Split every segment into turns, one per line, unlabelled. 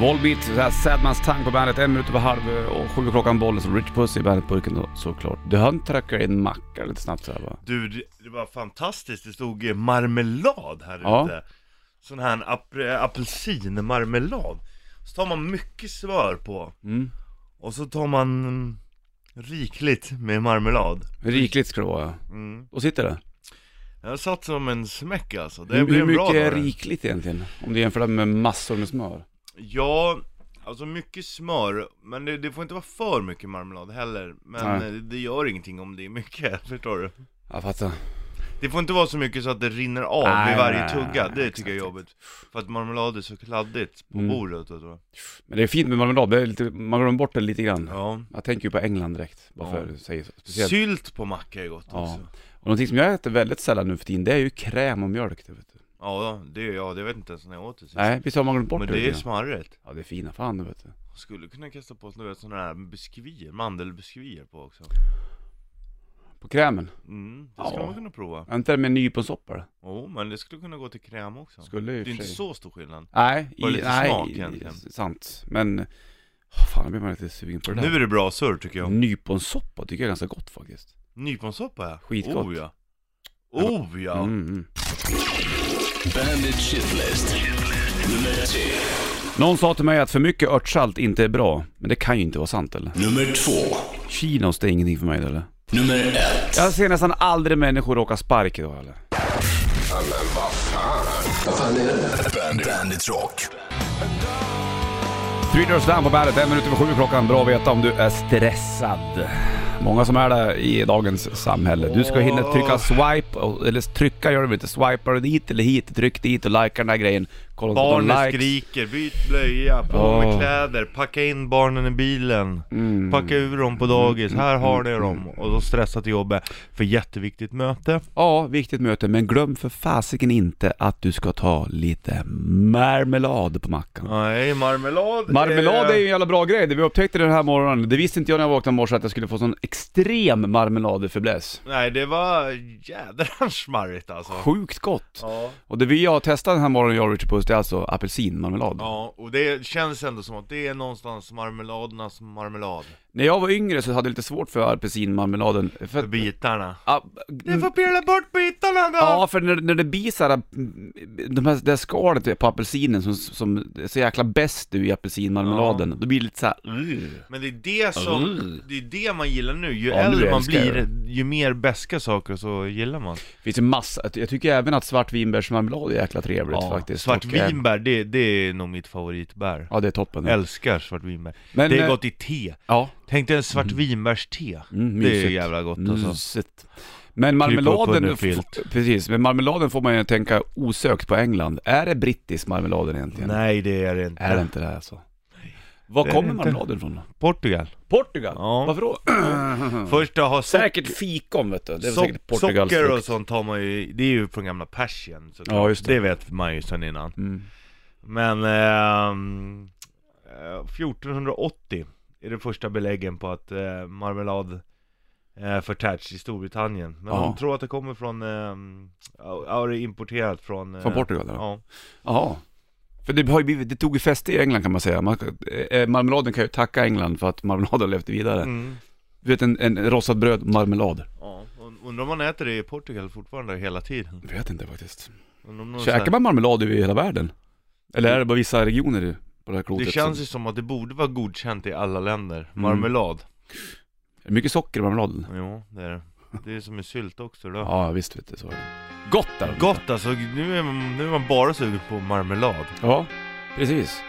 Volbeat, så här Sadmans Tang på bandet, en minut över halv eh, och sju klockan bollen, så Rich Puss i bandetburken då, såklart. Du hann tracka in macka lite snabbt så här va?
Du, det- det var fantastiskt. Det stod eh, marmelad här
Ja.
ute. Sån här ap- eh, apelsinmarmelad. Så tar man mycket smör på.
Mm.
Och så tar man mm, rikligt med marmelad.
Rikligt ska det vara ja.
Mm.
Och sitter det.
Jag satt som en smäck alltså. Det
Hur,
blev
hur
en bra
mycket är
dag, det.
rikligt egentligen? Om du jämför det med massor med smör.
Ja, alltså mycket smör. Men det, det får inte vara för mycket marmelad heller. Men
Nej.
eh, det gör ingenting om det är mycket, förstår du?
Jag fattar.
Det får inte vara så mycket så att det rinner av
Nej,
vid varje
nej, nej,
tugga,
nej,
det
exakt,
tycker jag är jobbigt För att marmelad är så kladdigt på
Mm.
bordet och så
Men det är fint med marmelad, det är lite, man glömmer bort det lite grann.
Ja
Jag tänker ju på England direkt, bara
Ja.
för att du säger så. Speciellt.
Sylt på macka är gott
Ja.
också
Och någonting som jag äter väldigt sällan nu för tiden, det är ju kräm och mjölk. Det vet du.
Ja, det, ja, det vet inte ens när jag åt det sist
Nej, visst har man glömt bort
Men
lite
det är
grann?
smarrigt
Ja, det är fina fan det vet du.
Jag Skulle kunna kasta på några sådana här biskvier, mandelbiskvier på också
På krämen.
Mm, det skulle
Ja.
man kunna prova
Är inte det med nyponsoppa eller?
Jo, men det skulle kunna gå till kräm också
Skulle ju
Det är
för
inte
sig.
så stor skillnad
Nej, i,
Var det lite
nej,
smak
i-
egentligen?
sant. Men, åh, fan nu blir man lite sugen på det där.
Nu är det bra surr tycker
Mm.
jag
Nyponsoppa tycker jag är ganska gott faktiskt.
Nyponsoppa ja
Skitgott.
Oh ja Oh ja!
Mm, mm.
Bandit Shitlist. Nummer tre.
Någon sa till mig att för mycket örtsalt inte är bra, men det kan ju inte vara sant eller?
Nummer två.
Chinos det är ingenting för mig eller?
Nummer ett.
Jag ser nästan aldrig människor åka spark idag eller?
Bandit, Bandit Rock.
Three Doors Down på bandet, en minut över sju klockan. Bra att veta om du är stressad. Många som är det i dagens samhälle. Du ska hinna trycka swipe, och- eller trycka gör du väl inte, swipar du dit eller hit, tryck dit och likea den där grejen. Kolla inte på de
Barnen
likes.
skriker, byt blöja, på
Åh.
med kläder, packa in barnen i bilen,
Mm.
packa ur dem på dagis, här har ni dem, och så stressa till jobbet för jätteviktigt möte.
Ja, viktigt möte, men glöm för fasiken inte att du ska ta lite marmelad på mackan.
Nej, marmelad
Marmelad är ju en jävla bra grej, det vi upptäckte den här morgonen. Det visste inte jag när jag vaknade i morse att jag skulle få sån extrem marmeladfäbless.
Nej, det var jädrans smarrigt alltså.
Sjukt gott!
Ja.
Och det vi har testat den här morgonen, jag och Richard Puss, det är alltså apelsinmarmelad.
ja, och det känns ändå som att det är någonstans marmeladernas marmelad.
När jag var yngre så hade jag lite svårt för apelsinmarmeladen. För
För bitarna.
Ja,
Du får pilla bort bitarna då!
Mm. Ja, för när, när det blir så här, mm, de här, det här skalet på apelsinen som, som är så jäkla bäst du i apelsinmarmeladen, då blir det lite så här.
Men det är det som, det är det man gillar nu, ju
Mm. Ja, nu
äldre man
älskar jag
blir, ju mer beska saker så gillar man
finns ju massa, jag tycker även att svartvinbärsmarmelad är jäkla trevligt faktiskt. Och, eh,
Svartvinbär, det, det är nog mitt favoritbär
Ja, det är toppen.
Älskar svartvinbär
Men,
Det
eh,
är gott i te
Ja,
Tänk dig en svartvinbärste
mm,
Det är
mysigt.
jävla gott alltså
Mysigt. Men
Krypa upp
marmeladen,
under filt.
f- precis, men marmeladen får man ju tänka osökt på England. Är det brittisk marmeladen egentligen?
Nej det är det inte
Är det inte det alltså? Var
Det är
kommer
det inte.
marmeladen ifrån då?
Portugal
Portugal?
Ja.
Varför då?
Först att ha sock-
Säkert fikon vet du, det är
sock-
säkert Portugals
socker och
frukt.
sånt har man ju, det är ju från gamla Persien såklart.
Ja, just det.
vet man ju sedan innan
Mm.
Men ehm, eh, 1480 är det första beläggen på att eh, marmelad eh, förtärts i Storbritannien Men
Ja.
de tror att det kommer från, ehm, ja ja, det är importerat från eh,
Från Portugal eller?
Ja,
Jaha. För det, har ju blivit, det tog ju fäste i England kan man säga. Man, eh, marmeladen kan ju tacka England för att marmelad har levt vidare.
mm.
Du vet en, en rostad bröd, marmelad.
ja. und- Undrar om man äter det i Portugal fortfarande hela tiden?
Jag vet inte faktiskt.
Undrar om någon så
Käkar
här-
man
Mm.
marmelad över hela världen? Eller är det bara vissa regioner i- på Mm. det här klotet?
Det känns ju som att det borde vara godkänt i alla länder, marmelad
Är det mycket socker i marmeladen?
Jo, det är det Det är som med sylt också då
Ja, visst vet du så är det. Gott där.
Gott alltså, nu är, man, nu är man bara sugen på marmelad
Ja, precis.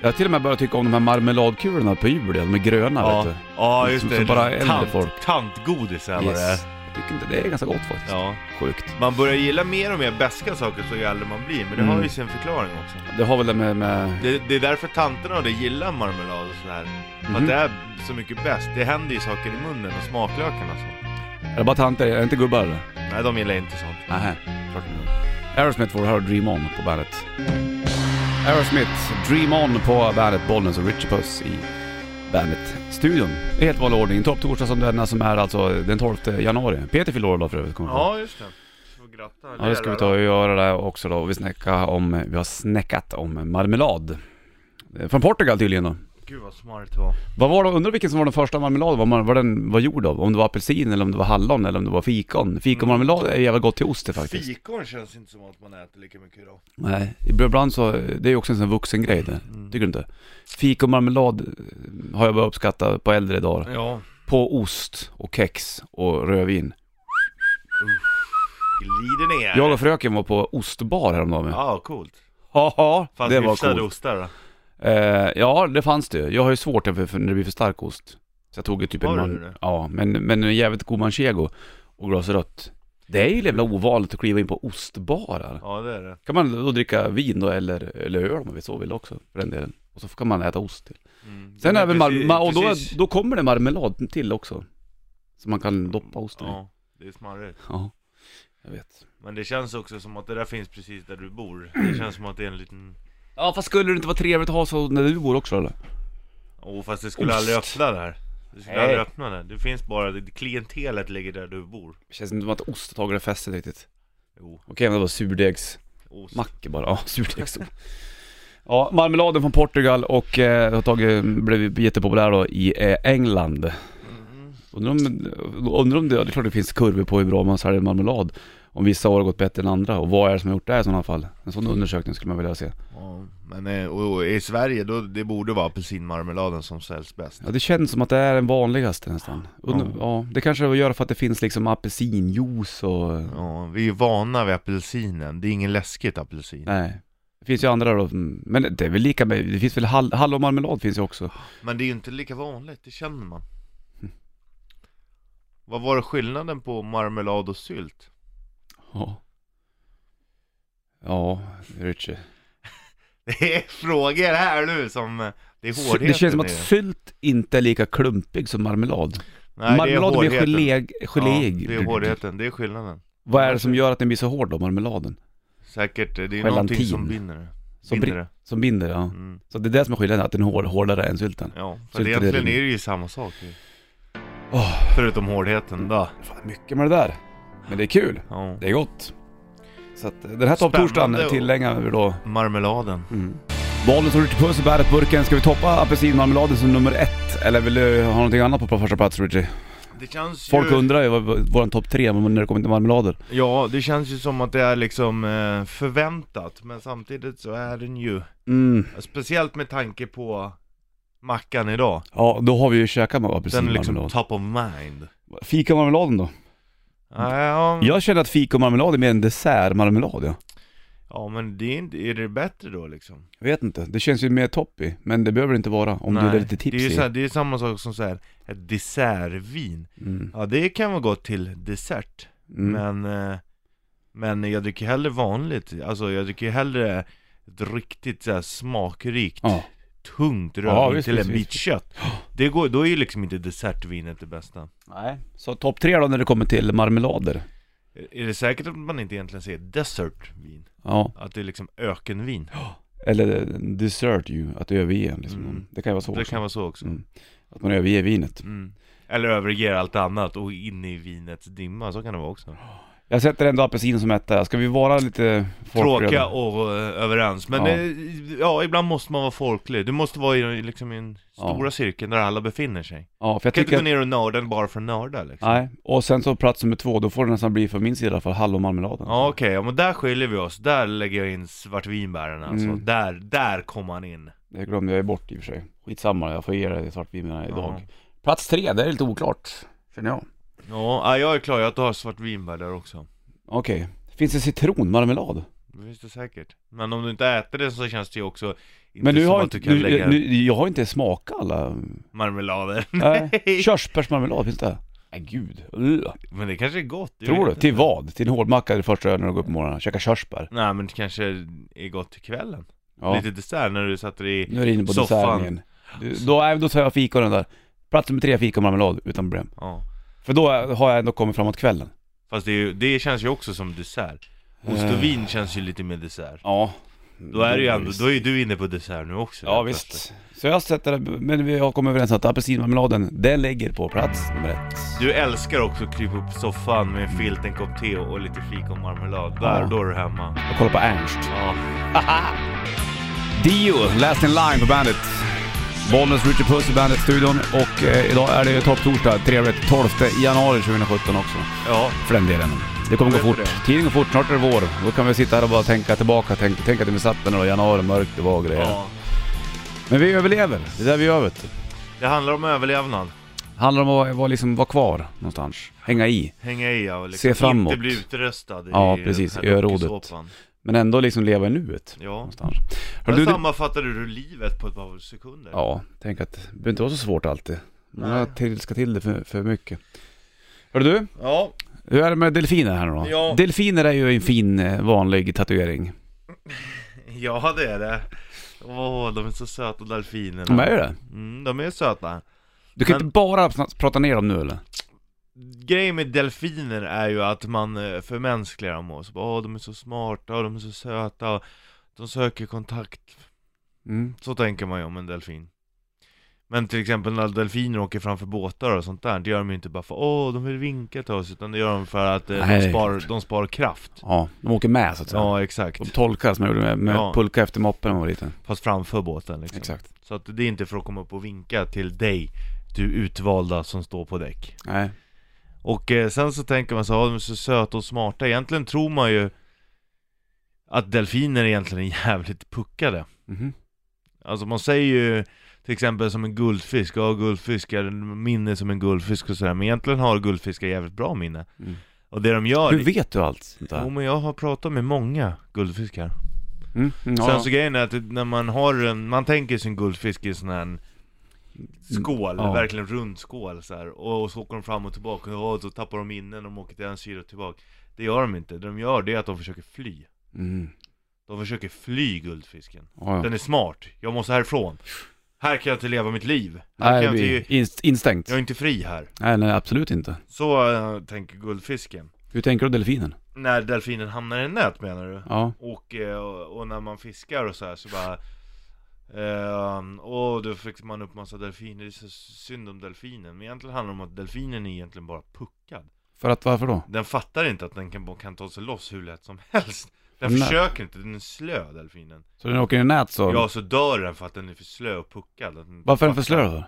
Jag har till och med börjat tycka om de här marmeladkulorna på jul, de är gröna
Ja,
vet du.
ja just
Som-
det,
som bara äldre
tant,
folk.
tantgodis eller vad det är
Yes. Jag tycker inte det är ganska gott faktiskt.
Ja,
Sjukt.
man börjar gilla mer och mer beska saker så ju äldre man blir, men det
Mm.
har ju sin förklaring också
Det har väl det med... med...
Det, det är därför tanterna och det gillar marmelad och sådär. För
Mhm.
att det är så mycket bäst. Det händer ju saker i munnen och smaklökarna så.
Är det bara tanter? Är det inte gubbar eller?
Nej, de gillar inte sånt.
Nähä. klart inte. Aerosmith får du höra Dream On på bandet. Aerosmith, Dream On på bandet Bollnäs och Richie Puss i bandet-studion. I helt vanlig ordning. Topp torsdag som denna som är alltså den 12 januari. Peter fyller år idag för övrigt. kommer jag ihåg.
Ja, just det. Får gratta
Ja det ska vi ta och göra det också då. Och Vi, snacka om, vi har snäckat om marmelad. Eh, Från Portugal tydligen då.
Gud vad smart det var.
Vad var det, undrar vilken som var den första marmeladen, vad, man, vad den var gjord av? Om det var apelsin eller om det var hallon eller om det var fikon. Fikonmarmelad är jävla gott till ost det faktiskt.
Fikon känns inte som att man äter lika mycket idag.
Nej, ibland så, det är ju också en sån vuxen grej det.
Mm.
Tycker du inte? Fikonmarmelad eh, har jag börjat uppskatta på äldre dagar.
Ja.
På ost och kex och rödvin.
Glider ner.
Jag och fröken var på ostbar häromdagen. Ja,
Ja, coolt.
ja
Fanns
det var
hyfsade
coolt.
ostar då?
Eh, ja, det fanns det ju. Jag har ju svårt för, för när det blir för stark ost. Så jag tog ju typ en
Har du
man...
det?
Ja, men, men en jävligt god manchego och glas rött. Det är ju jävla ovanligt att kliva in på ostbarar.
Ja det är det.
Kan man då dricka vin då eller, eller öl om man så vill också för den delen. Och så kan man äta ost till.
Mm.
Sen
Men
även
precis-
mar- och då,
precis.
då kommer det marmelad till också. Som man kan doppa osten i. Ja.
Ja, det är smarrigt.
jag vet.
Men det känns också som att det där finns precis där du bor. Det känns som att det är en liten...
Ja fast skulle det inte vara trevligt att ha så när du bor också eller?
Åh fast det skulle
Ost.
aldrig öppna där. Det skulle
Nej.
aldrig öppna där. Det finns bara, det, klientelet ligger där du bor.
Det känns inte som att ost har tagit det fästet riktigt.
Jo,
Okej men det var surdegs...
ost.
Macke bara, ja, surdegsstol. Ja, marmeladen från Portugal och eh, har tagit, blev jättepopulär då i eh, England. Undrar om, undrar om det, det är klart det finns kurvor på hur bra man säljer marmelad. Om vissa år har gått bättre än andra och vad är det som har gjort det i sådana fall? En sån undersökning skulle man vilja se.
Ja, men eh, och, och i Sverige då, det borde vara apelsinmarmeladen som säljs bäst.
Ja det känns som att det är den vanligaste nästan. Undra,
Ja.
ja. det kanske gör för att det finns liksom apelsinjuice och...
Ja, vi är vana vid apelsinen. Det är ingen läskigt apelsin.
Nej. Det finns ju andra då, mm, men det är väl lika med, det finns väl hall, hallonmarmelad finns ju också.
Men det är ju inte lika vanligt, det känner man.
Hm.
Vad var skillnaden på marmelad och sylt?
Ja. Ja, Richie.
Det är frågor här nu som... eh, Det är hårdheten
Det känns som
i
att
det.
sylt inte är lika klumpig som marmelad.
Nej,
marmelad blir gelé,
Ja,
geléig.
det är hårdheten, det är skillnaden.
Vad är det som gör att den blir så hård då, marmeladen?
Säkert, eh, det är
Gelatin.
någonting som binder det.
Som,
binder
bri-
det.
som binder, ja.
Mm.
Så det är det som är skillnaden, att den är hår- hårdare än sylten.
Ja, för
Sylt är det
egentligen
det-
är det ju samma sak. ju.
Åh,
Förutom hårdheten då.
fan, mycket med det där. Men det är kul,
Ja.
det är gott. Så att eh, den här topptorsdagen
Spännande och-
tillägnar vi då
Marmeladen.
Bollnäs och Richie Puss i bärtburken. Ska vi toppa apelsinmarmeladen som nummer ett? Eller vill du ha någonting annat på första plats Richie?
Det känns
Folk
ju...
undrar ju vad vad våran topp tre men när det kommer till marmelader.
Ja, det känns ju som att det är liksom eh, förväntat, men samtidigt så är den ju
Mm.
Speciellt med tanke på mackan idag.
Ja, då har vi ju käkat med
Den är liksom
apelsinmarmelad.
top of
Mm.
mind.
Fikamarmeladen då?
Ja, ja,
Jag känner att fikamarmelad är mer en dessertmarmelad ja.
ja men det är, inte, är det bättre då liksom?
Jag vet inte, det känns ju mer topp i, men det behöver det inte vara om du är lite
det är ju
tipsig.
så här, det är ju samma sak som så här, ett dessertvin.
Mm.
Ja det kan vara gott till dessert,
Mm.
men, eh, men jag dricker hellre vanligt, alltså jag dricker hellre ett riktigt så här, smakrikt
Ja.
Tungt
Ja,
rödvin
visst,
till en
visst,
bit
visst.
kött. Det går, då är ju liksom inte dessertvinet det bästa.
Nej. Så topp tre då när det kommer till marmelader?
Är- Är det säkert att man inte egentligen säger dessertvin?
Ja,
Att det är liksom ökenvin.
eller eh, dessert ju, att överge liksom.
Mm.
Det kan ju vara så
Det
också.
kan vara så också.
Mm. Att man överger vinet.
Mm. Eller överger allt annat och in i vinets dimma, så kan det vara också.
Jag sätter ändå apelsin som etta, ska vi vara lite folkliga?
Tråkiga och eh, överens. Men
Ja.
ja. ja, ibland måste man vara folklig. Du måste vara i liksom, i den
Ja.
stora cirkeln där alla befinner sig.
Ja, för jag
Du kan inte
tycker
gå
att...
ner och nörda bara för att nörda liksom.
Nej, och sen så plats nummer två, då får det nästan bli för min sida i alla fall, hallonmarmeladen.
Ja okej, ja, men där skiljer vi oss. Där lägger jag in svartvinbären alltså.
Mm.
Där, där kom han in.
Det glömde jag ju bort i och för sig. Skitsamma, jag får ge dig svartvinbärarna idag.
Ja.
Plats tre, det är lite oklart, känner jag.
Ja, ja, jag är klar. Jag tar svartvinbär där också.
Okej. Finns det citronmarmelad?
Det finns det säkert. Men om du inte äter det så känns det ju också inte
Men du
som
har
att
inte,
du kan
du,
lägga
nu, jag har inte smakat alla.
marmelader.
Nej. Körsbärsmarmelad, finns det? Nej gud, Ugh.
Men det kanske är gott. jag
Tror
vet
du? Till
inte.
vad? Till en hårdmacka det första ölen när du går upp på morgonen, käka körsbär?
Nej men det kanske är gott till kvällen.
Ja.
Lite dessert när du sätter i...
Nu är du inne på
Soffan.
desserten igen. Du, då, nej, då tar jag fikonen där. Plats nummer tre, fikonmarmelad utan problem.
Ja.
För då har jag ändå kommit framåt kvällen.
Fast det, är ju, det känns ju också som dessert. Ost och vin känns ju lite mer dessert.
Ja.
Då är det ju ändå, då är ju du inne på dessert nu också.
Ja
helt plötsligt.
visst. Så jag sätter det, men vi har kommit överens om att apelsinmarmeladen, den ligger på plats nummer ett.
Du älskar också att krypa upp i soffan med en filt, en kopp te och lite fikonmarmelad. Där,
Ja.
då är du hemma.
Jag kollar på Ernst.
Ja.
Dio, Last in Line på bandet. Bollnäs Richard Puss i bandet-studion och eh, idag är det ju topptorsdag, trevligt. 12 januari 2017 också,
Ja,
för den delen. Det kommer gå
Jag
fort.
vet det.
Tiden går fort, snart är det vår. Då kan vi sitta här och bara tänka tillbaka, tänk, tänk att vi satt där när det var januari, mörkt det var och grejer.
ja.
Men vi överlever, det är där vi gör vet du.
Det handlar om överlevnad.
Handlar om att vara- vara, liksom, vara kvar någonstans, hänga i.
Hänga i och liksom
Se framåt.
inte bli utröstad
Ja,
i
precis,
den
i
här
örådet.
dokusåpan.
Men ändå liksom leva i nuet
Ja.
någonstans.
Där
Hörru du,
sammanfattade du livet på ett par sekunder.
Ja, tänk att det behöver inte vara så svårt alltid. Många
Nej.
trilskar till det för, för mycket. Hör du,
ja.
hur är det med delfiner här nu då?
Ja.
Delfiner är ju en fin eh, vanlig tatuering.
Ja, det är det. Åh, de är så söta delfinerna.
De är ju det.
Mm, de är söta.
Du kan
Men-
inte bara pr- prata ner dem nu eller?
Grejen med delfiner är ju att man eh, förmänskligar dem och så bara, åh, de är så smarta och de är så söta och de söker kontakt.
Mm.
Så tänker man ju om en delfin. Men till exempel när delfiner åker framför båtar och sånt där, det gör de ju inte bara för åh, de vill vinka till oss, utan det gör de för att eh,
Nej.
de, spar, de spar kraft.
Ja, de åker med så att säga.
Ja, exakt.
De tolkar som jag gjorde med, med
Ja.
pulka efter moppen när man var liten.
Fast framför båten liksom.
Exakt.
Så att det är inte för att komma upp och vinka till dig, du utvalda som står på däck.
Nej.
Och eh, sen så tänker man så, "Ah, de är så söta och smarta. Egentligen tror man ju att delfiner egentligen är jävligt puckade.
Mhm.
Alltså man säger ju till exempel som en guldfisk, ja guldfiskar, minne som en guldfisk och sådär. Men egentligen har guldfiskar jävligt bra minne.
Mm.
Och det de gör...
Hur vet du allt sånt där?
Jo men jag har pratat med många guldfiskar.
Mm. Mm, ja,
Sen
ja.
så grejen är att det- när man har en, man tänker sin guldfisk i en sån här en skål,
Ja.
verkligen rund skål så här. Och så åker de fram och tillbaka, och då tappar de innen, de åker till en sida och tillbaka Det gör de inte, det de gör det är att de försöker fly
Mm.
De försöker fly guldfisken
Ja, ja.
Den är smart, jag måste härifrån Här kan jag inte leva mitt liv, här
Nej, det
kan jag,
blir
inte,
inst- instängt.
jag är inte fri här
Nej, nej, absolut inte.
Så eh, tänker guldfisken
Hur tänker du delfinen?
När delfinen hamnar i nät menar du?
Ja.
Och, eh, och och när man fiskar och så här så bara ehm, Åh, då fick man upp massa delfiner, det är så synd om delfinen Men egentligen handlar det om att delfinen är egentligen bara puckad
För att varför då?
Den fattar inte att den kan, kan ta sig loss hur lätt som helst Den
Nej.
försöker inte, den är slö delfinen
Så den åker i nät så?
Ja, så dör den för att den är för slö och puckad att den inte
Varför är den
fattar.
för slö då?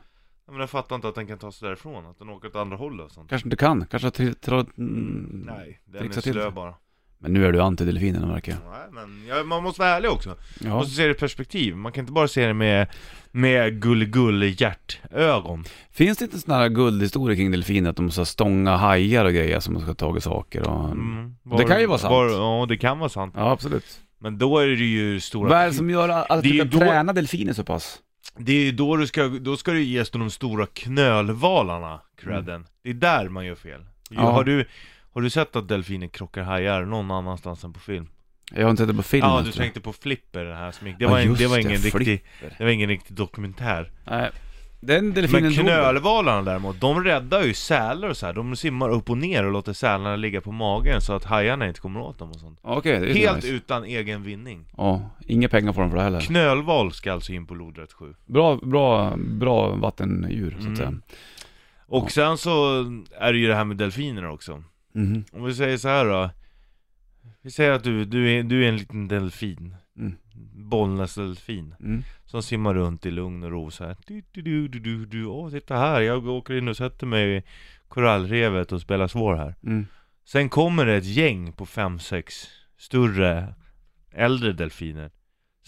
Ja, men den fattar inte att den kan ta sig därifrån, att den åker åt andra hållet och sånt
Kanske inte kan, kanske har tri- tra- mm.
Nej, den
Trixa
är
till
slö
sig.
bara
Men nu är du anti delfinen verkar jag.
Nej men, ja, man måste vara ärlig också
Ja.
Och så ser det i perspektiv, man kan inte bara se det med, med gull-gull-hjärtögon
Finns det inte sådana här guldhistorier kring delfiner att de måste stånga hajar och grejer som de ska ha tagit saker och...
Mm.
Det kan ju vara sant.
ja, det kan vara sant
Ja absolut.
Men då är det ju stora...
Vad är det som gör att
Det är
du kan
ju då-
träna delfiner så pass?
Det är ju då du ska, då ska du ges de stora knölvalarna, credden Det är där man gör fel
Mm. Ja.
har, du, har du sett att delfiner krockar hajar någon annanstans än på film?
Jag har inte sett det på film.
ja, du
alltså.
tänkte på Flipper, den här som gick. Det
Ja,
var, en,
just
det var
det,
ingen riktig,
Flipper.
det var ingen riktig dokumentär
Nej. Den delfinen
Men
dog.
knölvalarna däremot, de räddar ju sälar och så här. de simmar upp och ner och låter sälarna ligga på magen så att hajarna inte kommer åt dem och sånt.
Okej, det är
Helt
Helt nice.
utan egen vinning.
Ja, inga pengar får de för det heller.
Knölval ska alltså in på lodrätt 7.
Bra, bra, bra vattendjur så att
Mm.
säga.
Och
Ja.
sen så är det ju det här med delfiner också.
Mhm.
Om vi säger så här då. Vi säger att du, du, är, du är en liten delfin.
Mm.
Bollnäsdelfin.
Mm.
Som simmar runt i lugn och ro så här. Du, du, du, du, du, du. Åh, titta här. Jag åker in och sätter mig i korallrevet och spelar svår här.
Mm.
Sen kommer det ett gäng på fem sex större, äldre delfiner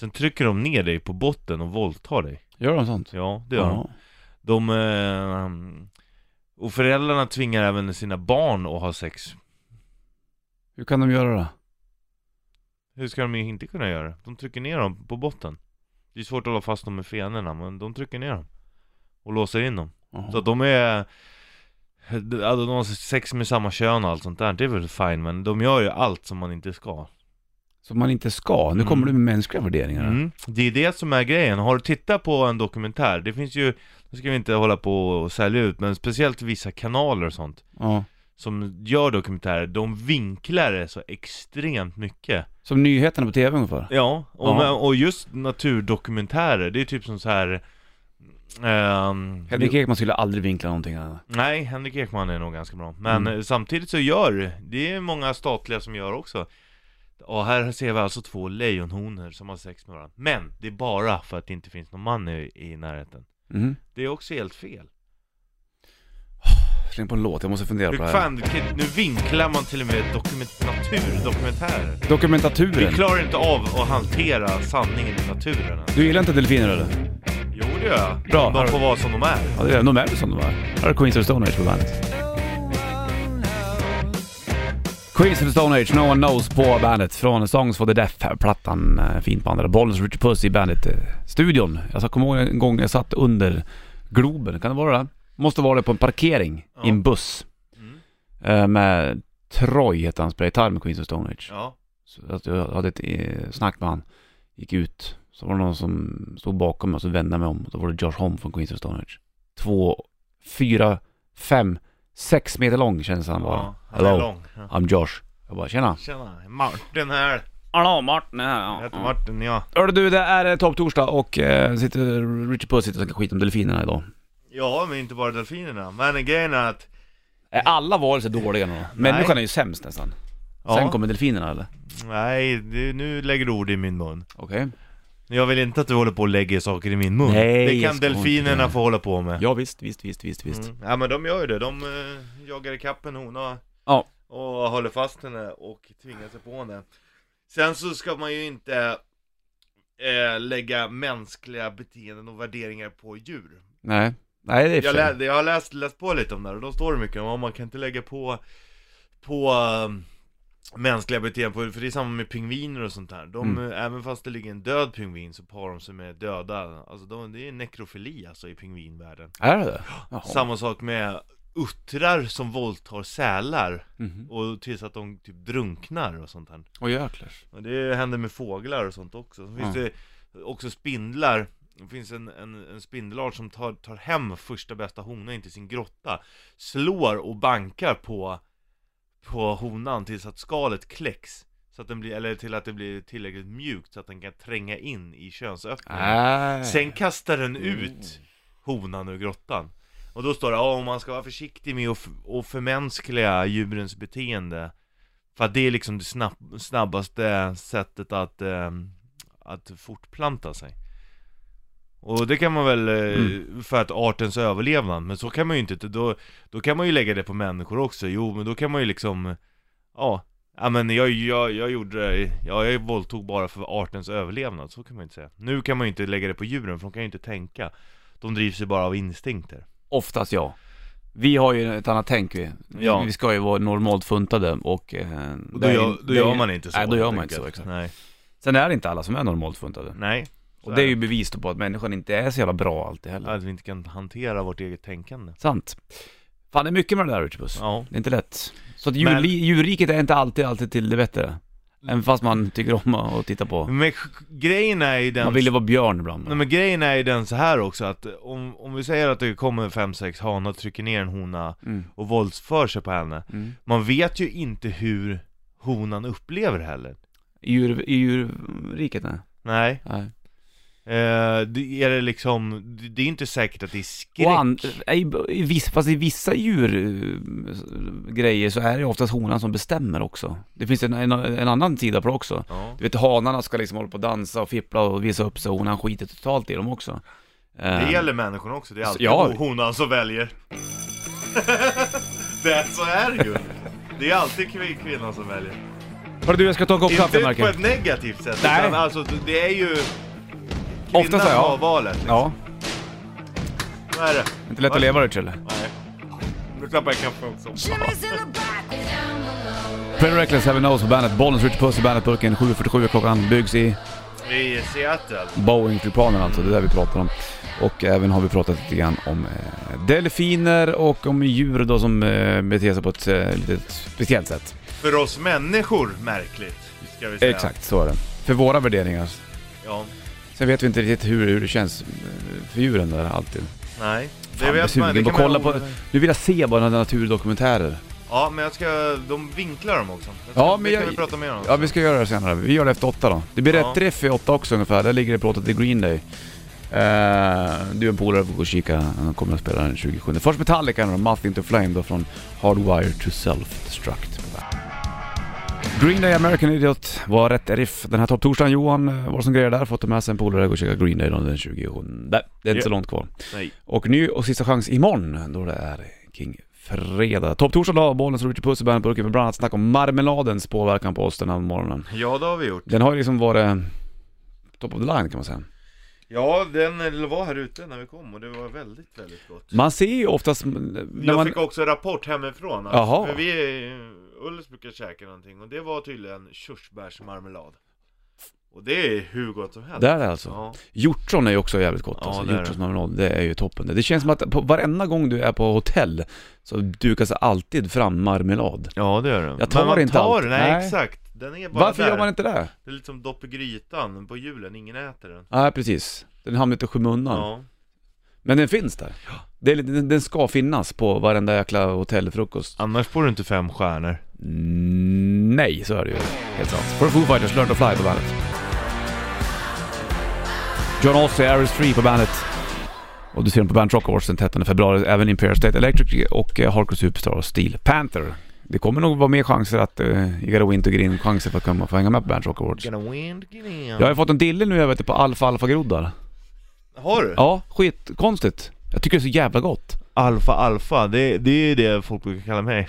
Sen trycker de ner dig på botten och våldtar dig
Gör de sånt?
Ja, det gör de De... Eh, och föräldrarna tvingar även sina barn att ha sex
Hur kan de göra det?
Hur ska de ju inte kunna göra det? De trycker ner dem på botten Det är svårt att hålla fast dem med fenorna, men de trycker ner dem Och låser in dem
Jaha.
Så att de är... Alltså de har sex med samma kön och allt sånt där, det är väl fine men de gör ju allt som man inte ska
Som man inte ska. Nu
Mm.
kommer du med mänskliga värderingar. här.
Mm. Det är det som är grejen. Har du tittat på en dokumentär, det finns ju, nu ska vi inte hålla på och sälja ut, men speciellt vissa kanaler och sånt
Ja.
som gör dokumentärer, de vinklar det så extremt mycket.
Som nyheterna på tv ungefär.
Ja, och,
Ja.
men- och just naturdokumentärer, det är typ som så här. ehm,
Henrik Ekman skulle aldrig vinkla någonting annat.
Nej, Henrik Ekman är nog ganska bra. Men
Mm.
eh, samtidigt så gör, det är många statliga som gör också Och här ser vi alltså två lejonhonor som har sex med varandra. Men det är bara för att det inte finns någon man i, i närheten.
Mm.
Det är också helt fel.
Släng på en låt, jag måste fundera
Hur
på det här.
fan, du kan- nu vinklar man till och med dokument, naturdokumentärer. Vi
Dokumentaturen.
klarar inte av att hantera sanningen i naturen.
Du gillar inte delfiner eller?
Jo, det gör jag.
Bra.
Om de får vara som de är.
Ja, det är de är väl som de var. Här är Queens of Stone Age på bandet. Queens of Stone Age, No One Knows på bandet. Från Songs for the Deaf-plattan. eh, Fint band. där. Bollens Richard Puss i bandet-studion. Jag ska- kommer ihåg en gång jag satt under Globen. Kan det vara det? Måste vara det på en parkering
Ja.
i en buss.
Mm.
Eh, Med Troy hette han, spelade gitarr med Queens of Stone Age.
Ja.
Så att jag hade ett eh, snack med han. Gick ut. Så var det någon som stod bakom mig och så vände jag mig om. Då var det Josh Homme från Queens of Stone Age. Två, fyra, fem, sex meter lång kändes han
ja.
vara.
Han är
Hello.
lång. Ja.
I'm Josh. Jag bara tjena.
Tjena, Martin här.
Hallå Martin här.
Jag heter Martin, ja.
Hörru du, det är eh, topptorsdag och eh, sitter, Richard Puss sitter och snackar skit om delfinerna idag.
Ja, men inte bara delfinerna. Men grejen är att...
Är alla varelser dåliga nu då? Människan är ju sämst nästan.
Ja.
Sen kommer delfinerna eller?
Nej, det, nu lägger du ord i min mun.
Okej.
Jag vill inte att du håller på och lägger saker i min mun.
Nej,
det
jag
kan
ska inte
delfinerna
göra.
få hålla på med.
Ja visst, visst, visst, visst, visst.
Mm. Ja men de gör ju det, de eh, jagar ikapp en hona
Ja.
och håller fast henne och tvingar sig på henne. Sen så ska man ju inte eh, lägga mänskliga beteenden och värderingar på djur.
Nej. Nej det är
Jag,
fel.
lä- jag har läst, läst på lite om det här och då står det mycket om att man kan inte lägga på, på ehm, mänskliga beteenden, på, för det är samma med pingviner och sånt här. De,
Mm.
eh, Även fast det ligger en död pingvin så parar de sig med döda, alltså de, det är nekrofili alltså i pingvinvärlden.
Är det det? Jaha.
Samma sak med uttrar som våldtar sälar
Mhm.
och tills att de typ drunknar och sånt här.
Och jäklar.
Och det händer med fåglar och sånt också. Så finns det också spindlar. Det finns en, en, en spindelart som tar, tar hem första bästa honan in till sin grotta. Slår och bankar på, på honan tills att skalet kläcks. Så att den blir, eller till att det blir tillräckligt mjukt så att den kan tränga in i könsöppningen.
Nej.
Sen kastar den ut honan ur grottan. Och då står det, ja om man ska vara försiktig med att f- att förmänskliga djurens beteende. För att det är liksom det snabb- snabbaste sättet att, eh, att fortplanta sig. Och det kan man väl, eh, för att artens överlevnad, men så kan man ju inte, då, då kan man ju lägga det på människor också, jo men då kan man ju liksom, ja, ja men jag, jag, jag gjorde, ja, jag våldtog bara för artens överlevnad, så kan man ju inte säga. Nu kan man ju inte lägga det på djuren, för de kan ju inte tänka. De drivs ju bara av instinkter.
Oftast ja. Vi har ju ett annat tänk vi.
Ja.
Vi ska ju vara normalt funtade och... Eh,
Och
det
då
är-
gör, då
det
gör
är-
man inte så.
Nej, då gör
helt
man inte så
enkelt.
exakt.
Nej.
Sen är det inte alla som är normalt funtade.
Nej. så
Och det är ju bevis då på att människan inte är så jävla bra alltid heller.
Att vi inte kan hantera vårt eget tänkande.
Sant. Fan det är mycket med det där Ritchibus.
Ja.
Det är inte lätt. Så att djur,
Men-
djurriket är inte alltid, alltid till det bättre. Även fast man tycker om att titta på.
Men sk- grejen är ju den...
Man vill ju vara björn ibland.
Nej men grejen är ju den så här också att om, om vi säger att det kommer fem sex hanar och trycker ner en hona
Mm.
och våldsför sig på henne
Mm.
Man vet ju inte hur honan upplever det heller
I Djur, i djurriket nej.
Nej,
nej.
eh, det är det liksom, det, det är inte säkert att det är skräck
Och an, i, i, viss- fast i vissa djurgrejer så är det oftast honan som bestämmer också. Det finns en, en, en annan sida på det också.
ja.
Du vet hanarna ska liksom hålla på och dansa och fippla och visa upp sig och honan skiter totalt i dem också.
Det
Eh,
gäller människorna också, det är alltid
Ja.
honan som väljer det, Så är det ju Det är alltid kvin- kvinnan som väljer
Hörru du, jag ska ta en kopp kaffe
Inte på
Marken.
ett negativt sätt,
Nej.
utan alltså det är ju Kvinnan
Ofta så, ja.
har valet, liksom.
Ja,
så är det
inte lätt att leva Rachel.
Nej. Nu klappar jag kaffe också.
Jimmy's in the back.
Pretty Reckless, Heaven Knows på bandet. Bollens Richard Puss i bandetburken. 7.47 klockan. Byggs i
I Seattle.
Boeing-flygplanen alltså. Det är där vi pratar om. Och även har vi pratat lite grann om eh, delfiner och om djur då som eh, beter sig på ett eh, lite speciellt sätt.
För oss människor, märkligt. Ska vi säga.
Exakt, så är det. För våra värderingar.
Ja.
Sen vet vi inte riktigt hur, hur det känns eh, för djuren där alltid.
Nej. Det
Fan, jag är
vet man.
sugen
Det
på
kan
att kolla
man
på... Nu vill jag se bara naturdokumentärer.
Ja, men jag ska... De vinklar dem också. Jag ska,
Ja, men
det kan
jag-
vi prata mer om.
Ja, vi ska göra det senare. Vi gör det efter åtta då. Det blir
Ja.
rätt riff i åtta också ungefär. Där ligger det plåtat i Green Day. Eh, du och en polare får gå och kika. Han kommer att spela den 27. Först Metallica nu då, Mouth Into Flame då från Hardwire to Self-Destruct. Green Day American Idiot var rätt riff den här topptorsdagen. Johan eh, var som grejer där, fått ta med sig en polare och gå och kika Green Day då den 27. Det är inte så
Ja.
långt kvar.
Nej.
Och ny och sista chans imorgon då det är King Fredag. Topptorsdag då, Bollnäs och Richard Puss i Bandetburken för bland annat snack om marmeladens påverkan på oss den här morgonen.
Ja, det har vi gjort.
Den har ju liksom varit top of the line kan man säga.
Ja, den var här ute när vi kom och det var väldigt, väldigt gott.
Man ser ju oftast... När
jag
man...
fick också rapport hemifrån. att-
Jaha.
För vi, Ullis brukar käka någonting och det var tydligen körsbärsmarmelad. Och det är hur gott som helst.
Där är det alltså.
Ja.
Hjortron är ju också jävligt gott
Ja,
alltså.
det är det.
Hjortronsmarmelad, det är ju toppen det. Det känns som att på, varenda gång du är på hotell så dukas det alltid fram marmelad.
ja, det gör det.
Jag tar
Men man
inte
tar
allt.
den, nej,
Nej.
exakt. Den är bara
Varför
där.
gör man inte det?
Det är lite som dopp i grytan på julen, ingen äter den.
Nej precis, den hamnar inte i skymundan.
Ja.
Men den finns där. Det är, lite- den, den ska finnas på varenda jäkla hotellfrukost.
Annars får du inte fem stjärnor.
Mm, nej, så är det ju. Helt sant. För Foo Fighters, Learn to Fly på bandet. John Ossie, Aris Free på bandet. Och du ser dem på Band Rock Awards den 13 februari, även Imperial State Electric och eh, Hardcore Superstar och Steel Panther. Det kommer nog vara mer chanser att, uh, you gotta win to get in chanser för att komma få hänga med på Band Rock Awards.
Gonna win, gonna win.
Jag har ju fått en dille nu jag vet på Alfa Alfa groddar.
Har du?
Ja, skitkonstigt. Jag tycker det är så jävla gott.
Alfa, alfa, det, det är ju det folk brukar kalla mig.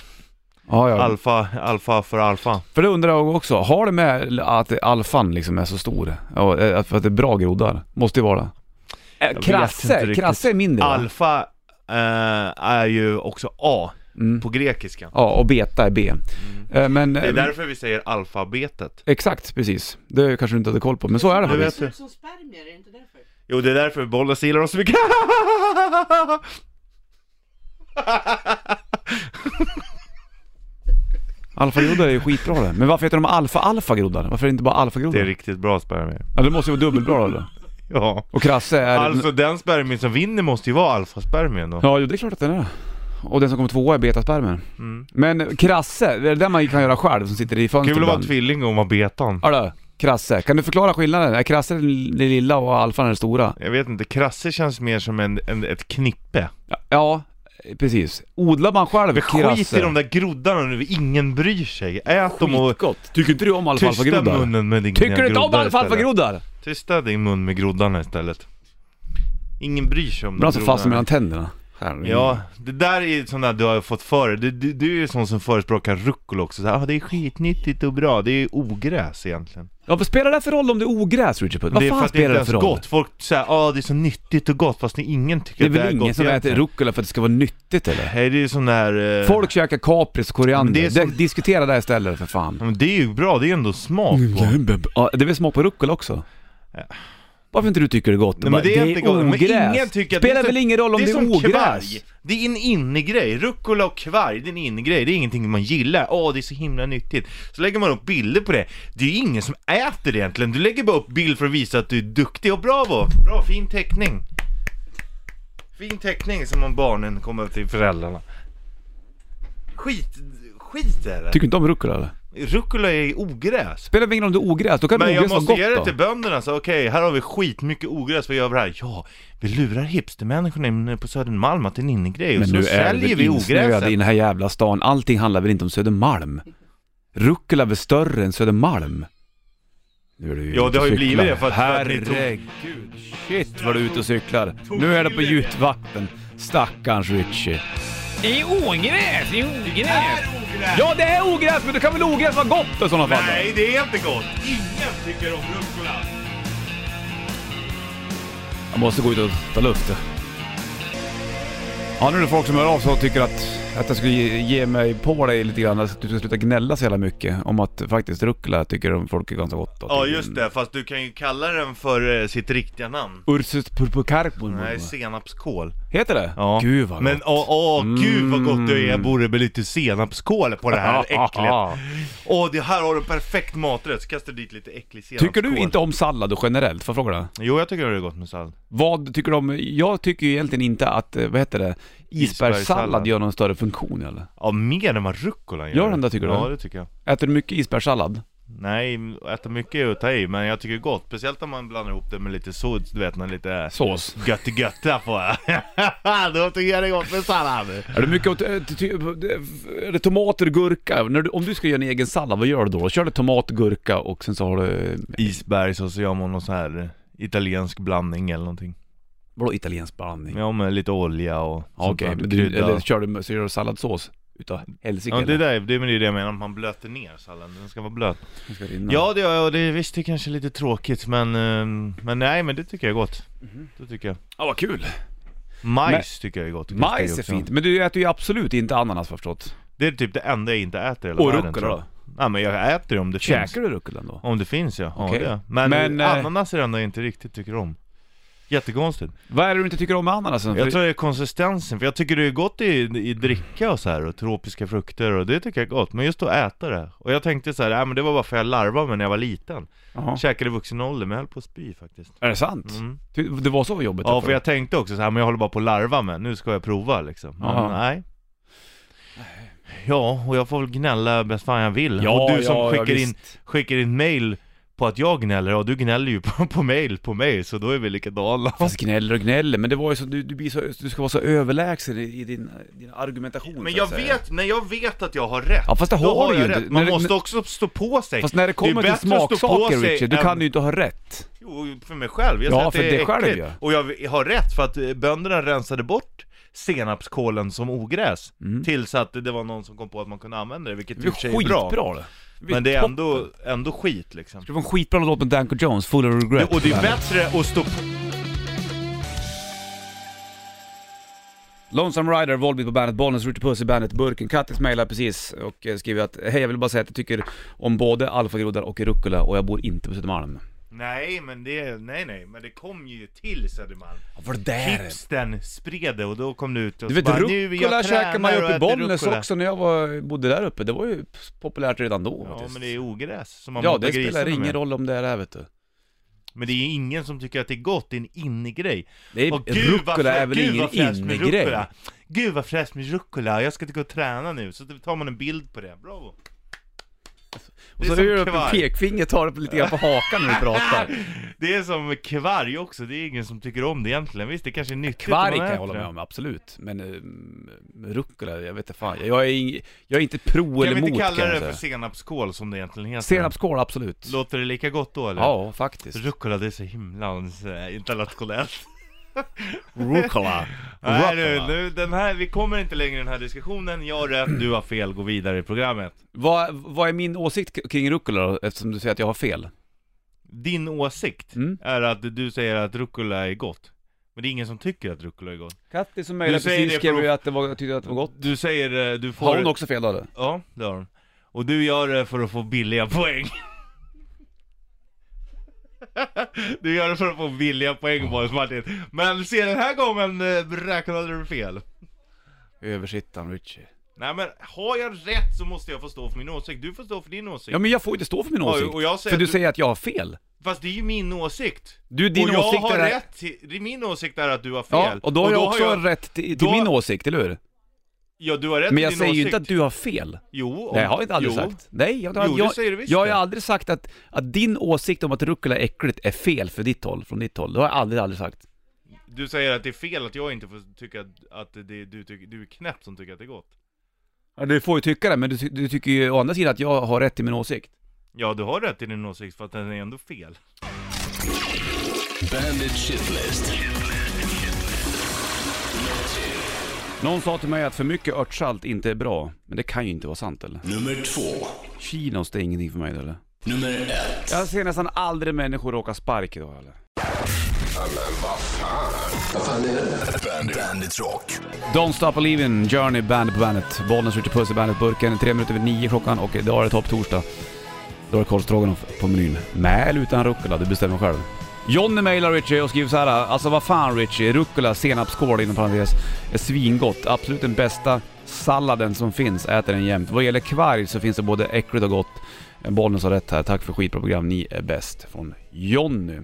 Ja, ja.
Alfa, alfa för alfa.
För det undrar jag också, har det med att alfan liksom är så stor? Ja, eh, att- för att det är bra groddar? Måste ju vara.
vet inte
Krasse,
riktigt.
krasse är mindre va?
Alfa eh, är ju också A
mm.
på grekiska.
Ja, och beta är B. Eh, Men...
Det är
eh,
därför vi säger alfabetet.
Exakt, precis. Det kanske du inte hade koll på, men så är det
Du
faktiskt.
vet-
ser ut som spermier, är det inte därför?
Jo, det är därför Bollnäs gillar oss så mycket.
Alfagroddar är ju skitbra det. Men varför heter de alfa-alfa-groddar? Varför är det inte bara
Det är
alfagroddar?
riktigt bra spermier.
Ja, det måste ju vara dubbelbra eller?
Ja.
Och krasse är...
Alltså den spermien som vinner måste ju vara alfaspermien då.
Ja, jo, det är klart att den är Och den som kommer tvåa är betaspermer.
Mm.
Men krasse, det är det man kan göra själv som sitter i fönstret
Kul att vara
ibland.
tvilling och vara betan.
Hallå, Krasse. Kan du förklara skillnaden? Är Krasse den lilla och Alfan är den stora?
Jag vet inte, krasse känns mer som en, en, ett knippe.
Ja, precis. Odlar man själv
Men
Krasse?
skit i de där groddarna nu, ingen bryr sig. Ät dem och
Skitgott. Tycker inte du om
tysta
alfalfagroddar?
munnen med dina
Tycker du inte om
groddar istället.
alfalfagroddar?
Tysta din mun med groddarna istället. Ingen bryr sig om
Men alltså
groddarna.
fastnar mellan tänderna. Här.
Ja, det där är ju sånt där du har fått för dig. Du, du, du är ju sån som förespråkar ruckel också. Så här, ah, det är skitnyttigt och bra. Det är ju ogräs egentligen.
ja. Vad spelar det för roll om det är ogräs, Richard Puss? Vad
det är för
fan
att det
spelar
inte
det
ens
för roll?
gott. Folk säger ah det är så nyttigt och gott fast det ingen
Det
tycker
är
att det är
väl ingen
gott
som äter
egentligen.
rucola för att det ska vara nyttigt eller?
Nej, det är ju sån där... Eh...
Folk käkar kapris och koriander.
Men det är som-
Det- Diskutera det istället för fan.
Ja, Men det är ju bra, det är ju ändå smak på.
Ja, Mm, det är väl smak på rucola också?
Ja.
Varför inte du tycker det är gott?
Nej, men det är inte gott. Men ingen tycker
Spelar
att det är så-
väl ingen roll om det är,
som
ogräs?
kvarg. Det är en innegrej. Rucola och kvarg, det är en innegrej. Det är ingenting man gillar. Åh, det är så himla nyttigt. Så lägger man upp bilder på det. Det är ju ingen som äter det egentligen. Du lägger bara upp bild för att visa att du är duktig och bravo! Bra, fin teckning. Fin teckning som om barnen kommer till föräldrarna. Skit, skit är det.
Tycker du inte om rucola eller?
Rucola är ogräs.
Spelar väl ingen roll om det är ogräs? Då kan
Men
ogräs
jag
vara
måste
gott
ge det
då.
till bönderna, så okej, här har vi skitmycket ogräs, vad gör vi här? Ja, vi lurar hipstermänniskorna inne på Södermalm att det är en innegrej och
Men
så
nu är
säljer
det
vi
väl insnöad i
ogräset.
den här jävla stan. Allting handlar väl inte om Södermalm? Rucola är väl större än Södermalm? Nu är du
Ja,
ute
det har
och
ju blivit
cyklar.
det för att- för att ni tog-
Herregud, shit vad du är ute och cyklar. Nu är det på gjutvakten. Stackarns Richie.
Det är ogräs, det är ogräs.
Ja, det är ogräs, men det kan väl ogräs vara gott i sådana fall? då?
Nej, det är inte gott! Ingen tycker om rucola!
Jag måste gå ut och ta luft. Ja, nu är det folk som hör av sig och tycker att, att jag skulle ge, ge mig på dig lite grann, att du ska sluta gnälla så jävla mycket om att faktiskt rucola tycker de folk är ganska gott.
Ja, just det, fast du kan ju kalla den för eh, sitt riktiga namn.
Ursus purpurcarpum.
Nej, senapskål.
Heter det?
Ja.
Gud vad
Men
gott. Mm.
åh, åh, gud vad gott det är, borde med lite senapskål på det här äckliga. Åh, det här har du en perfekt maträtt, så kastar du dit lite äcklig senapskål.
Tycker du inte om sallad generellt? Får jag fråga det?
Jo, jag tycker det är gott med sallad.
Vad tycker du om? Jag tycker ju egentligen inte att, eh, vad heter det, isbergssallad
Isbergssallad.
gör någon större funktion eller?
Ja, mer än vad rucolan gör.
Gör den där, tycker du?
Ja, det tycker jag.
Äter du mycket isbergssallad?
Nej, äta mycket är att ta i, men jag tycker det är gott. Speciellt om man blandar ihop det med lite sås, du vet, när lite
Sås.
göttigötta på. Då tycker jag det är gott med sallad.
Är det mycket åt, eh, ty- ty- är det tomater, gurka? När du, om du ska göra en egen sallad, vad gör du då? Kör du tomat, gurka och sen så har du...
Isbergs och så gör man någon sån här italiensk blandning eller någonting.
Vadå italiensk blandning?
Ja, med lite olja och
Ja,
sånt
Okej,
där,
men du,
Mm. krydda.
eller kör du, så gör du salladsås utav helsike?
Ja, det,
eller?
där, det är väl det jag menar, man blöter ner salladen, den ska vara blöt.
Den ska rinna.
Ja, det gör jag och det, visst det kanske är lite tråkigt men, ehm, men nej men det tycker jag är gott. Det tycker jag.
ja, vad kul!
Majs
Men-
tycker jag är gott.
Majs
Kastej
är
också.
fint, men du äter ju absolut inte ananas förstått.
Det är typ det enda jag inte äter i hela
Och
världen,
rucola
tror jag.
då?
Nej men jag äter det om det finns.
Käkar du rucolan då?
Om det finns ja.
Okej.
ja det. Men,
Men, eh,
ananas är det enda jag inte riktigt tycker om. Jättekonstigt.
Vad är det du inte tycker om med ananasen?
Jag
För-
tror det är konsistensen, för jag tycker det är gott i, i dricka och så här och tropiska frukter och det tycker jag är gott. Men just att äta det. Och jag tänkte så här, nej men det var bara för jag larvade mig när jag var liten.
Jaha.
Käkade i vuxen ålder men jag höll på att spy faktiskt.
Är det sant?
Mm.
Ty- Det var så jobbigt?
Ja
därför?
för jag tänkte också så här, men jag håller bara på att larva mig, nu ska jag prova liksom. Men
Aha.
nej. Ja, och jag får väl gnälla bäst fan jag vill.
Ja,
och du som
ja, ja,
skickar, in,
visst.
skickar in mail på att jag gnäller, och du gnäller ju på, på mail på mig, så då är vi likadana.
Fast gnäller och gnäller, men det var ju så, du, du, blir så, du ska vara så överlägsen i, i din, din argumentation
Men
så
jag
att säga.
vet, när jag vet att jag har rätt,
Ja, fast det
då
har
har
du
jag
ju inte.
rätt. Man
När-
måste också stå på sig.
Fast när det kommer
är
till
bättre att stå på
smaksaker
sig
Richard, du
än-
kan ju inte ha rätt.
Jo, för mig själv. Jag
Ja,
säger att
för
det är
dig själv,
äckligt.
ja.
Och jag har rätt för att eh, bönderna rensade bort senapskålen som ogräs. Tills att det var någon som kom på att man kunde använda det, vilket
Mm. Det
i
är
och för sig är bra.
skitbra det.
Men det är
toppen.
ändå, ändå skit liksom.
Det var en skitbra låt med Danko Jones, Full of
Det,
Regret.
och det är
Bandet.
bättre att stå på...
Lonesome Rider, Volbeat på bandet, Bollnäs, Ritchie Puss i bandet, Burken. Kattis mejlar precis och eh, skriver att Hej jag vill bara säga att jag tycker om både alfagroddar och rucola och jag bor inte på Södermalm.
Nej, men det... Nej, nej. Men det kom ju till Södermalm.
Var det där?
Hipstern spred det och då kom det ut och
Du
så
vet
bara, nu,
rucola
jag
käkar man ju
tränar och
uppe i
äter
Bollnäs
rucola.
också när jag var, bodde där uppe. Det var ju populärt redan då
Ja,
faktiskt.
men det är ogräs som man
ja,
matar
det spelar
grisarna
ingen
med.
roll om det är det här, vet du.
Men det är ingen som tycker att det är gott, det är en innegrej.
Det är,
Åh, gud, vad
rucola
frä-
är väl
gud,
ingen
vad fräscht med
innegrej?
rucola. Gud vad fräscht med rucola, jag ska inte gå och träna nu. Så tar man en bild på det, bravo.
Och
Det är
så
som
gör du upp
kvar.
med pekfingret tar upp lite grann på hakan när du pratar.
Det är som kvarg också, det är ingen som tycker om det egentligen. Visst, det kanske är nyttigt om
Kvarg
man
kan jag
äter
hålla
det.
med om, absolut. Men uh, rucola, jag vet inte fan. Jag är, ing, jag är inte pro
Kan
eller
vi
mot
inte
kan
kalla det
jag
för
säga.
senapskål som det egentligen heter?
Senapskål, absolut.
Låter det lika gott då eller?
Ja, faktiskt.
Rucola, det är så himla eh, internationellt.
Rucola.
Nej nu, nu, den här, vi kommer inte längre i den här diskussionen. Jag har rätt, du har fel, gå vidare i programmet.
Vad, vad är min åsikt k- kring rucola då, eftersom du säger att jag har fel?
Din åsikt
Mm.
är att du säger att rucola är gott. Men det är ingen som tycker att rucola är gott.
Kattis som
mejlade
mejlade
säger precis
precis
det skrev
skrev
för- ju
ju att det var, tyckte att det var gott.
Du säger, eh, du får...
Har hon också fel då? eller?
Ja, det har hon. Och du gör det för att få billiga poäng. du gör det för att få billiga poäng, Boris Martin. Men se den här gången eh, räknade du fel.
Översittaren Richie.
Nej men, har jag rätt så måste jag få stå för min åsikt. Du får stå för din åsikt.
Ja men jag får inte stå för min
Ja,
åsikt.
och jag säger
för
att
du
du-
säger att jag har fel.
Fast det är ju min åsikt.
Du, din
och jag
åsikt
har
är-
rätt till, det är min åsikt är att du har fel.
Ja, och då har jag också rätt till, till
då-
min åsikt, eller hur?
Ja, du har rätt
Men jag
till din
säger ju
åsikt.
inte att du har fel.
Jo, om...
Nej, jag har inte aldrig
jo.
sagt. Nej, jag,
Jo, det
jag,
säger du visst
jag har
det.
ju aldrig sagt att, att din åsikt om att rucola är äckligt är fel för ditt håll, från ditt håll. Det har jag aldrig, aldrig sagt.
Du säger att det är fel att jag inte får tycka att- att det, du, tycker- du är knäpp som tycker att det är gott.
Ja, du får ju tycka det, men du, ty- du tycker ju å andra sidan att jag har rätt i min åsikt.
Ja, du har rätt i din åsikt för att den är ändå fel.
Bandit Shitlist.
Någon sa till mig att för mycket örtsalt inte är bra, men det kan ju inte vara sant eller?
Nummer två.
Chinos, det är ingenting för mig eller?
Nummer ett.
Jag ser nästan aldrig människor åka spark idag eller?
Bandit, Bandit Rock.
Don't Stop Believin', Journey, Bandet på Bandet, Bollnäs, Ritchie Puss i Bandet, Burken, tre minuter över nio klockan och idag är det topptorsdag. Då är det korvstroganoff på menyn. Med eller utan rucola, du bestämmer själv. Jonny mejlar Richie och skriver så här. alltså vad fan Richie, rucola, senapsskål inom parentes, är svingott. Absolut den bästa salladen som finns, äter den jämt. Vad gäller kvarg så finns det både äckligt och gott. Bollnäs har rätt här, tack för skitbra program, ni är bäst. Från Jonny.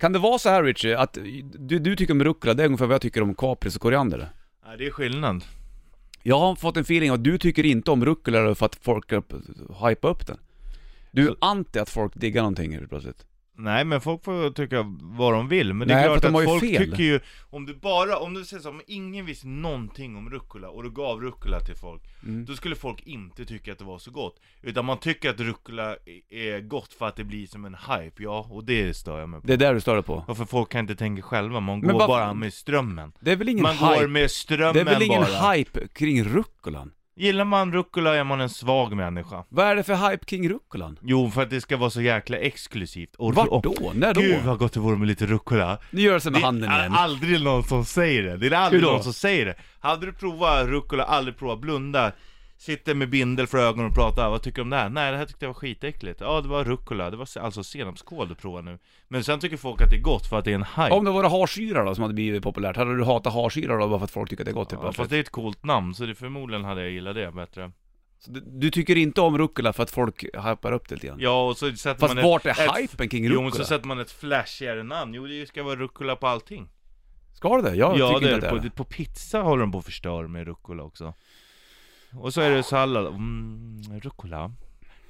Kan det vara så här Richie, att du, du tycker om rucola, det är ungefär vad jag tycker om kapris och koriander?
Nej, det är skillnad.
Jag har fått en feeling att du tycker inte om rucola för att folk hypar upp den. Du är
Så-
anti att folk diggar någonting helt plötsligt?
Nej men folk får tycka vad de vill, men det är
Nej, för
klart
att de har
att
ju
folk
fel.
tycker ju Om du bara, om du säger så, om ingen visste någonting om rucola och du gav rucola till folk
Mm.
Då skulle folk inte tycka att det var så gott Utan man tycker att rucola i- är gott för att det blir som en hype, ja och det stör jag mig på
Det är där du stör dig på?
Varför folk kan inte tänka själva, man
Men
går
varför-
bara med strömmen
Det är väl ingen
Man går
hype?
med strömmen
Det är väl ingen
bara
hype kring rucolan?
Gillar man rucola är man en svag människa
Vad är det för hype kring rucolan?
Jo, för att det ska vara så jäkla exklusivt och
Vart
och-
då? När då?
Gud vad gott det vore med lite rucola
Nu gör det sig med handen
är
igen.
aldrig någon som säger det, det är aldrig
Hur då?
någon som säger det Hade du provat rucola, aldrig provat blunda Sitter med bindel för ögonen och pratar, vad tycker du om det här? Nej det här tyckte jag var skitäckligt Ja det var rucola, det var se- alltså senapskål du provade nu Men sen tycker folk att det är gott för att det är en hype
Om det vore harsyra då som hade blivit populärt, hade du hatat harsyra då bara för att folk tycker att det är gott helt
ja, Fast
plötsligt?
det är ett coolt namn, så det förmodligen hade jag gillat det bättre
Så du- Du tycker inte om rucola för att folk hypar upp det lite grann?
Ja och så sätter
Fast
man
vart
ett,
är
ett,
hypen kring
Jo men så
rucola?
sätter man ett flashigare namn, jo det ska vara rucola på allting
Ska det det? Jag
Ja,
tycker
det är
inte
det.
att
På,
det är det.
på pizza håller de på att förstöra med rucola också. Och så är det sallad. Mm, rucola.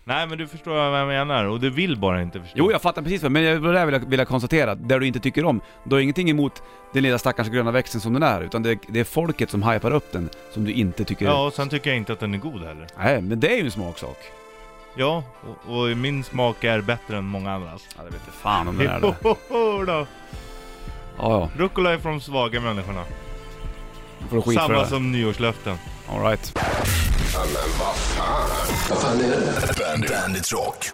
Nej men du förstår vad jag menar och du vill bara inte förstå.
Jo, jag fattar precis vad, men jag det där vill jag, vill jag konstatera, där du inte tycker om, du har ingenting emot den lilla stackars gröna växten som den är, utan det, det är folket som hypar upp den som du inte tycker
Ja, och sen tycker jag inte att den är god heller.
Nej, men det är ju en smaksak.
Ja, och, och min smak är bättre än många andras.
Ja, det vet inte fan om det är det. Ja,
Johoho då!
ja,
Rucola är från svaga människorna.
då får du skit för
Samma
det.
som nyårslöften.
All right.
Bandit, Bandit Rock.